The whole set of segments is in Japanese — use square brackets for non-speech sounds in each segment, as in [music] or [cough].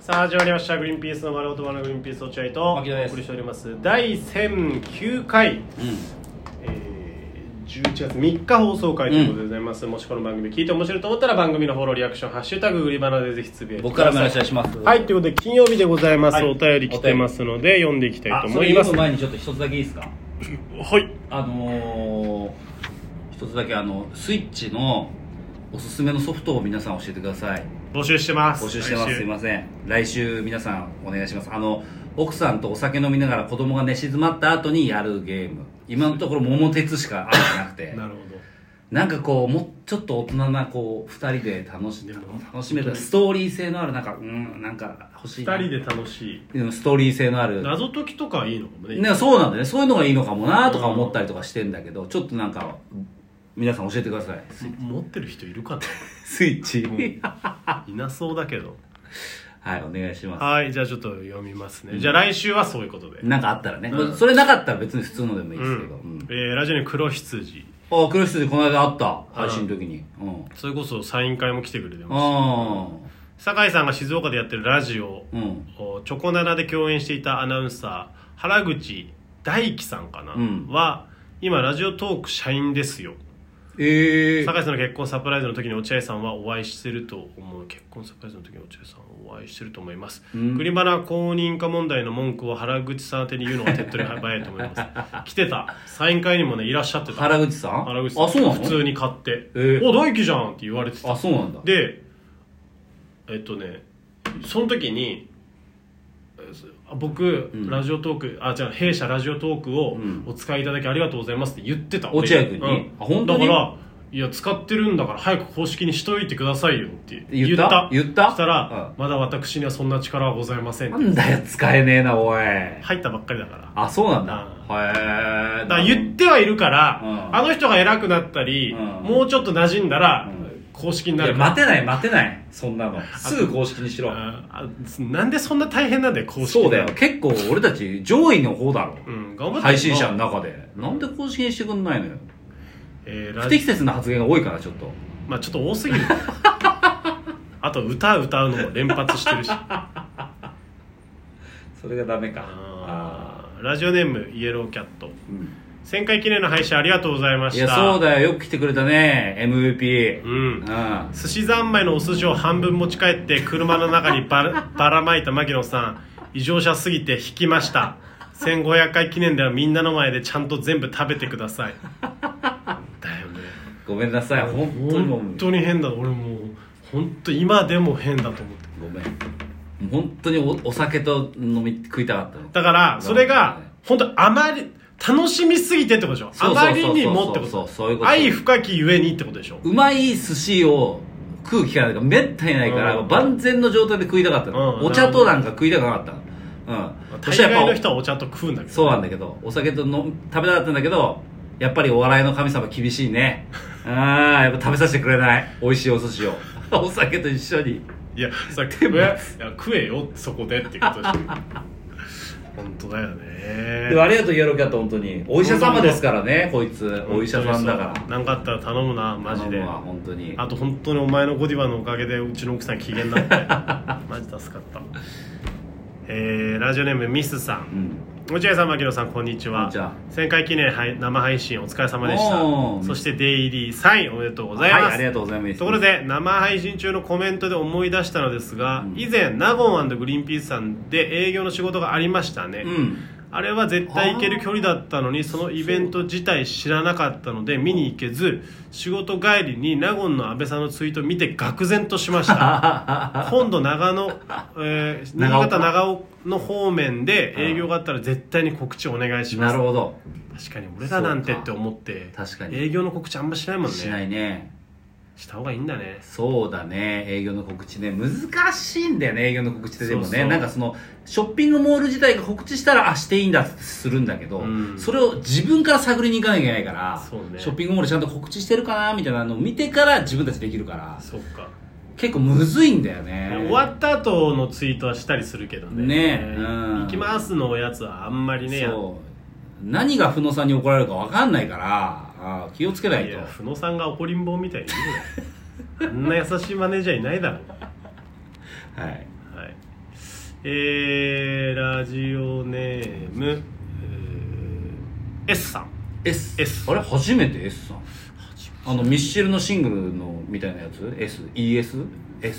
さあ始まりました「グリーンピースの丸ごとバナグリーンピース落合」とお牧野です送りしております第1009回、うえー11月3日放送回ということでございます、もしこの番組聞いて面白いと思ったら番組のフォローリアクション「ハッシュタググリバナ」でぜひつぶやいてん、僕くからだもさいよろしくお願いします。はいということで金曜日でございます、はいお便り来てますので読んでいきたいあと、そ思れい言まうす前にちょっと一つだけいいですか。はいあのー、一つだけあのスイッチのおすすめのソフトを皆さん教えてください。募集してます募集してま来す。週すいません。来週皆さんお願いします。あの奥さんとお酒飲みながら子供が寝静まった後にやるゲーム。今のところ桃鉄しかあってなくて。なるほどなんかこうもうちょっと大人なこう2人で楽しでも楽しめるストーリー性のあるなんかうんなんか欲しいな2人で楽しいうんストーリー性のある謎解きとかいいのかもねね、そうなんだよねそういうのがいいのかもなとか思ったりとかしてんだけどちょっとなんか皆さん教えてくださいも持ってる人いるかスイッチ、ないなそうだけどはいお願いしまはいじゃあちょっと読みますね、じゃあ来週はそういうことで、すなんかあったらね、うんそれなかったら別に普通のでもいいでうすけど、うんんえーラジオに黒羊あ黒羊この間あった配信の時にうん、それこそサイン会も来てくれてまあす酒井さんが静岡でやってるラジオーうんをチョコナナで共演していたアナウンサー原口大樹さんかな、うんは今ラジオトーク社員ですよええ酒井さんの結婚サプライズの時に落合さんはお会いしてると思う結婚サプライズの時に落合さんはお会いしてると思います、うん栗花公認化問題の文句を原口さん宛てに言うのが手っ取り早いと思います来て [laughs] たサイン会にもねいらっしゃってた原口さん原口さんあそうなの普通に買って「えーお大輝じゃん!」って言われてあたそうなんだでえっとねその時にえー僕、んラジオトークあじゃあ弊社ラジオトークをうんお使いいただきありがとうございますって言ってた落合君に俺あ本当だにからいや使ってるんだから早く公式にしといてくださいよって言った言っ言ったたしたら、まだ私にはそんな力はございませんなってんだよ使えねえなおい入ったばっかりだからあそうなんだうへえだから言ってはいるから、うんあの人が偉くなったり、うんもうちょっと馴染んだら、うん公式にいなやるから待てない待てないそんなのすぐ公式にしろああなんでそんな大変なんだよ公式そうだよ結構俺たち上位の方だろうん頑張って配信者の中でなんで公式にしてくんないのよえー、ラ不ジ適切な発言が多いからちょっとまあちょっと多すぎる [laughs] あと歌歌うのも連発して [laughs] るしそれがダメかああーラジオネームイエローキャットーうん1000回記念の配信ありがとうございましいたやそうだよよく来てくれたね MVP うんあ寿司三昧のお寿司を半分持ち帰って車の中にばら [laughs] ばらまいた牧野さん異常者すぎて引きました1500回記念ではみんなの前でちゃんと全部食べてくださいだよね [laughs] ごめんなさい本当にもう本当に変だ俺もう本当今でも変だと思ってごめんもう本当におお酒と飲み食いたかったのだからそれが本当あまり楽しみすぎてってことでしょそあうそうそうまりにもってこそうとそうそういうこと愛深きゆえにってことでしょうまい寿司を食う機会なんかめったにないから、うん万全の状態で食いたかったの、うんお茶となんか食いたくなかったのうんそ大したら概やのっ人ぱはお茶と食うんだけどそうなんだけどお酒との食べたかったんだけどやっぱりお笑いの神様厳し [laughs] いねああやっぱ食べさせてくれない美味しいお寿司をお酒と一緒にいやさ食えいや食えよそこでっていうこと [laughs] でしょ本当だよねでもありがとうイエローキャット本当にお医者様ですからねこいつお医者さんだから何かあったら頼むなマジで頼むわ本当にあと本当にお前のゴディバのおかげでうちの奥さん機嫌に [laughs] なってマジ助かったえー、ラジオネームミスさんうん落合さん牧野さんこんにちこんはにちは1000回記念はい生配信お疲れ様でしたおーそしてデイリー3位おめでとうございます、はいありがとうございますところで生配信中のコメントで思い出したのですが、うん以前ナゴングリーンピースさんで営業の仕事がありましたね、うんあれは絶対行ける距離だったのにそのイベント自体知らなかったので見に行けず仕事帰りに納言の安倍さんのツイートを見て愕然としました [laughs] 今度長野、えー新長岡潟長尾の方面で営業があったら絶対に告知お願いしまなするほど確かに俺らなんてって思って確かに営業の告知あんましないもんねしないねした方がいいんだねそうだね営業の告知ね難しいんだよね営業の告知ってでもねそうそうなんかそのショッピングモール自体が告知したらあしていいんだってするんだけど、うんそれを自分から探りに行かなきゃいけないから、そうねショッピングモールちゃんと告知してるかなみたいなのを見てから自分たちできるからそっか結構むずいんだよね終わった後のツイートはしたりするけどねねえうん行きますのおやつはあんまりねやっそう何が負野さんに怒られるか分かんないからあー気をつけないいとや不野さんが怒りん坊みたいに言うなよあんな優しいマネージャーいないだろはいはいえー、ラジオネーム、えー S さん S, S あれ初めて S さんあのミッシェルのシングルのみたいなやつ ?SESS? え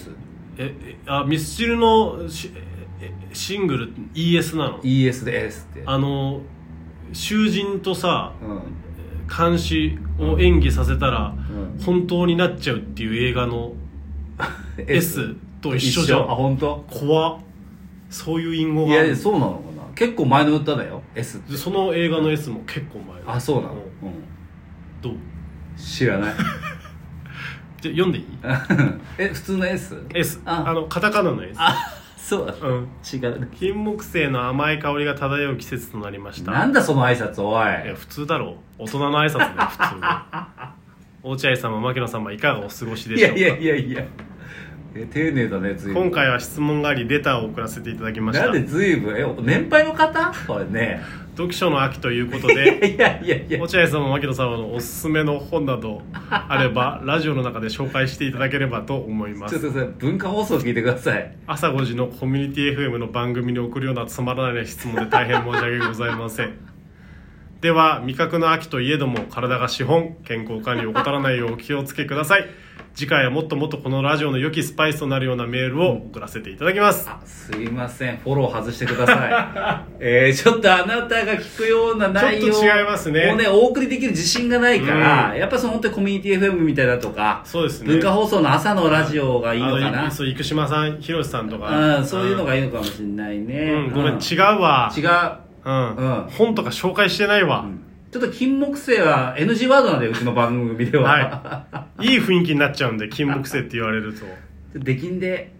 えあミスチルのしえシングル ES なの ES で S ってあの囚人とさうん監視を演技させたらうん本当になっちゃうっていう映画の S と一緒じゃあん本当？怖っそういう隠語いがあるやそうなのかな結構前の歌だよ S ってでその映画の S も結構前あそうなの、んうん、どう知らない [laughs] じゃ読んでいいえ普通の S? S ああのカタカナの S あそうだうん違うね金木犀の甘い香りが漂う季節となりましたなんだその挨拶おいやい普通だろう大人の挨拶だよ普 [laughs] 通落合様牧野様いかがお過ごしでいしょうやかいやいやいやえ丁寧だね随分今回は質問がありレターを送らせていただきましなたんで随分え年配の方これね読書の秋ということいやでいやいやいや落合様牧野様のおすすめの本などあればラジオの中で紹介していただければと思いまちょっすとさ文化放送聞いてください朝5時のコミュニティ FM の番組に送るようなつまらない質問で大変申し訳ございませんでは味覚の秋といえども体が資本健康管理を怠らないようお気をつけください次回はもっともっとこのラジオの良きスパイスとなるようなメールを送らせていただきます、あすいませんフォロー外してくださ [laughs] いえー、ちょっとあなたが聞くような内ち容ょっと違いますねをねお送りできる自信がないから、うやっぱその本当にコミュニティ FM みたいだとかそうですね文化放送の朝のラジオがいいのかあなのそう生島さん広瀬さんとかうん、そういうのがいいのかもしれないね。うんごめんう違うわ違う。うん、うん本とか紹介してないわ、ちょっと金木犀は NG ワードなんだよ、うちの番組では。はいいい雰囲気になっちゃうんで金木犀って言われる [laughs] とできんで、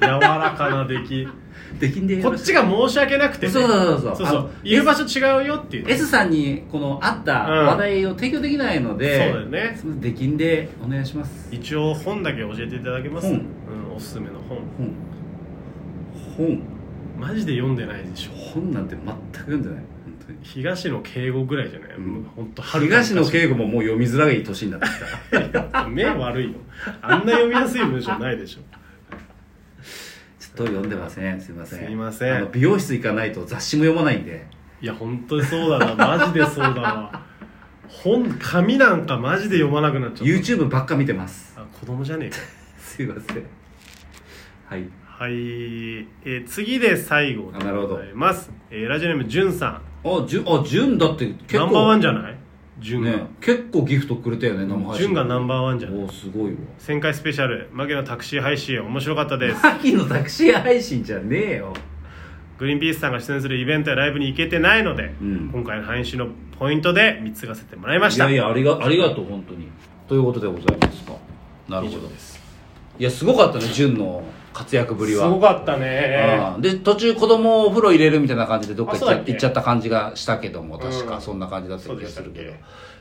柔らかな出来できんでよころっしちが申し訳なくて、ね、そうそうそうそそううあのいる場所違うよっていうく S さんにこのあったうん話題を提供できないので、そうだよねできんでお願いします。一応本だけ教えていただけます、う本ん、おすすめの本本。本。マジで読んでないでしょ本なんて全く読んでない。本当に東野敬吾ぐらいじゃない、んもうほんと遥か昔東野敬吾ももう読みづらい年になってき [laughs] た。目悪いよあんな読みやすい文章ないでしょちょっと読んでません。すいません。すいませんあの美容室行かないと雑誌も読まないんで。いや本当にそうだなマジでそうだわ本紙なんかマジで読まなくなっちゃっ YouTube ばっか見てます [laughs] たあ子供じゃねえかすいませんはいはい、えー次で最後であなるほごどざいます、えーラジオネームじゅんさんあじゅあじゅんだって結構ナンバーワンじゃないじゅんが、ね結構ギフトくれたよね生配信じゅんがナンバーワンじゃないおーすごいわ [laughs] 旋回スペシャルマギのタクシー配信面白かったです秋のタクシー配信じゃねえよグリーンピースさんが出演するイベントやライブに行けてないので、うん今回の配信のポイントで見つがせてもらいましいたやいやありがありがとう本当にということでございますかなる以ほ上どですいやすごかったねじゅんの活躍ぶりすはごかったねうんで途中子供をお風呂入れるみたいな感じでどっか行っちあそうゃだっけ行っちゃった感じがしたけども確うかんそんな感じだった気がするけそうでどしたっ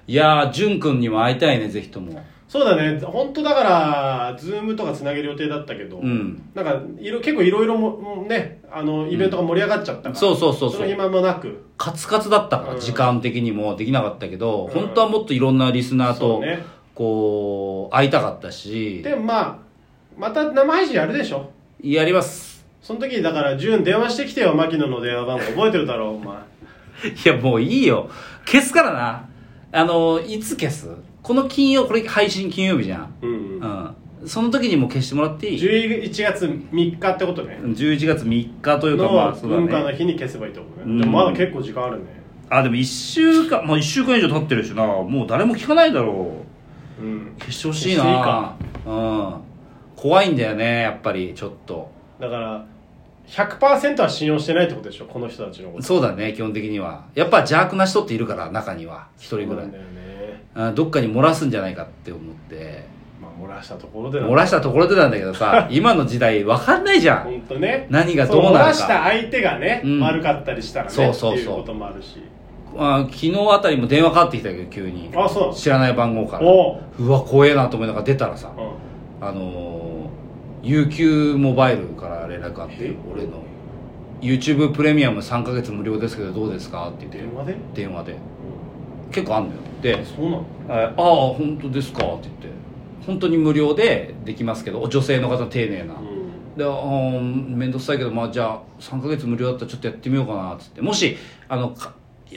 いやー潤君にも会いたいねぜひともそうだね本当だからズームとかつなげる予定だったけど、うんなんかいろ結構いろいろももねあのイベントが盛り上がっちゃったから、そうそうそうそうの暇もなくカツカツだったから、うん時間的にもできなかったけど、ん本当はもっといろんなリスナーそと、うねこう会いたかったしでもまあまた生配信やるでしょやりますその時だからジュン電話してきてよ牧野の電話番号覚えてるだろうお前 [laughs] いやもういいよ消すからなあのいつ消すこの金曜これ配信金曜日じゃん、うん、ううんん、その時にも消してもらっていい11月3日ってことね11月3日というかまのあそうだ文化のね日に消せばいいと思うね、うんでもまだ結構時間あるねあでも1週間もう1週間以上経ってるしなもう誰も聞かないだろううん消してほしい消していいなかうん怖いんだよねやっぱりちょっとだから100%は信用してないってことでしょこの人たちのことそうだね基本的にはやっぱ邪悪な人っているから中には一人ぐそうらないんだよねあどっかに漏らすんじゃないかって思ってまあ漏らしたところで漏らしたところでなんだけ [laughs] どさ今の時代分かんないじゃん本当ね何がそどううなる漏からした相手がね、うん悪かったりしたらねそうそっうそうていうこともあるしあ昨日あたりも電話かかってきたけど急にあそうなの知らない番号からおううわ怖えなと思いながら出たらさうんあのー UQ モバイルから連絡あってえ俺の YouTube プレミアム3ヶ月無料ですけどどうですかって言っ電て話で、電話で結構あんのよであそうなのああ本当ですかって言って本当に無料でできますけどお女性の方丁寧なうんでうん面倒くさいけど、まあ、じゃあ3ヶ月無料だったらちょっとやってみようかなっつってもしあのか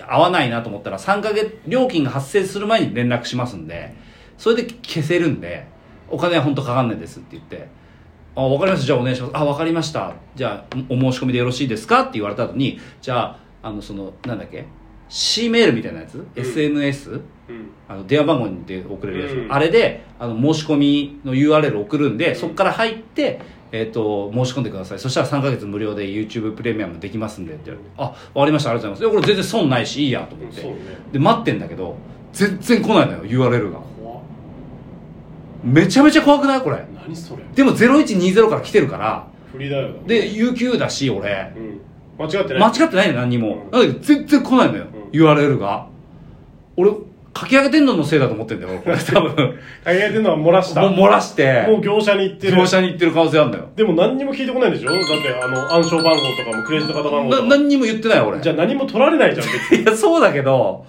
合わないなと思ったら3ヶ月料金が発生する前に連絡しますんでそれで消せるんでお金は本当かかんないですって言って「あ分かりましたじゃあお願いします」「あ分かりましたじゃあお申し込みでよろしいですか?」って言われた後にじゃああのそのなんだっけ C メールみたいなやつ、SNS うんあの電話番号にで送れるやつ、うんあれであの申し込みの URL 送るんで、そこから入って、えっと申し込んでくださいそしたら3ヶ月無料で YouTube プレミアムできますんでって言われてあわかりましたありがとうございますいやこれ全然損ないしいいやと思って、そうねで待ってんだけど全然来ないのよ URL が怖っめちゃめちゃ怖くないこれ何それでも0120から来てるから振りだよだで有給だし俺うん間違ってない間違ってないの何にうもんなんだけど全然来ないのよ、うん URL が俺書き上げてんののせいだと思ってんだよ俺 [laughs] これ多分上げてるのは漏らしたもう漏らしてもう業者に行ってる業者に行ってる可能性あるんだよでも何にも聞いてこないでしょだってあの暗証番号とかもクレジットカード番号となか何にも言ってないよ俺じゃあ何も取られない [laughs] じゃん別にいやそうだけど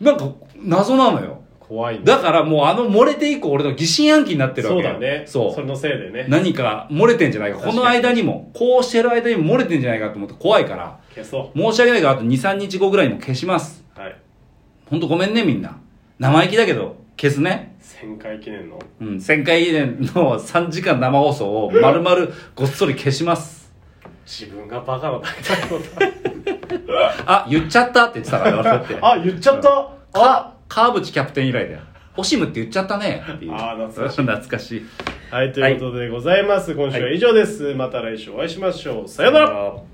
なんか謎なのよ怖いねだからもうあの漏れて以降俺の疑心暗鬼になってるわそけうだねそうれのせいでね何か漏れてんじゃないか確かこにの間にもこうしてる間にも漏れてんじゃないかと思って怖いから消そ申し訳ないがあと23日後ぐらいにも消しますうはいほんとごめんねみんな生意気だけど消すね1000回記念のうん1000回以年の3時間生放送を丸々ごっそり消します自分がバカなだけだよあ言っちゃったって言ってたから俺だってあ言っちゃったか、川淵キャプテン以来だよ。オシムって言っちゃったねっていう。あー懐かしい [laughs] 懐かしい。はいということでございます今週は以上ですまた来週お会いしましょうささよならら。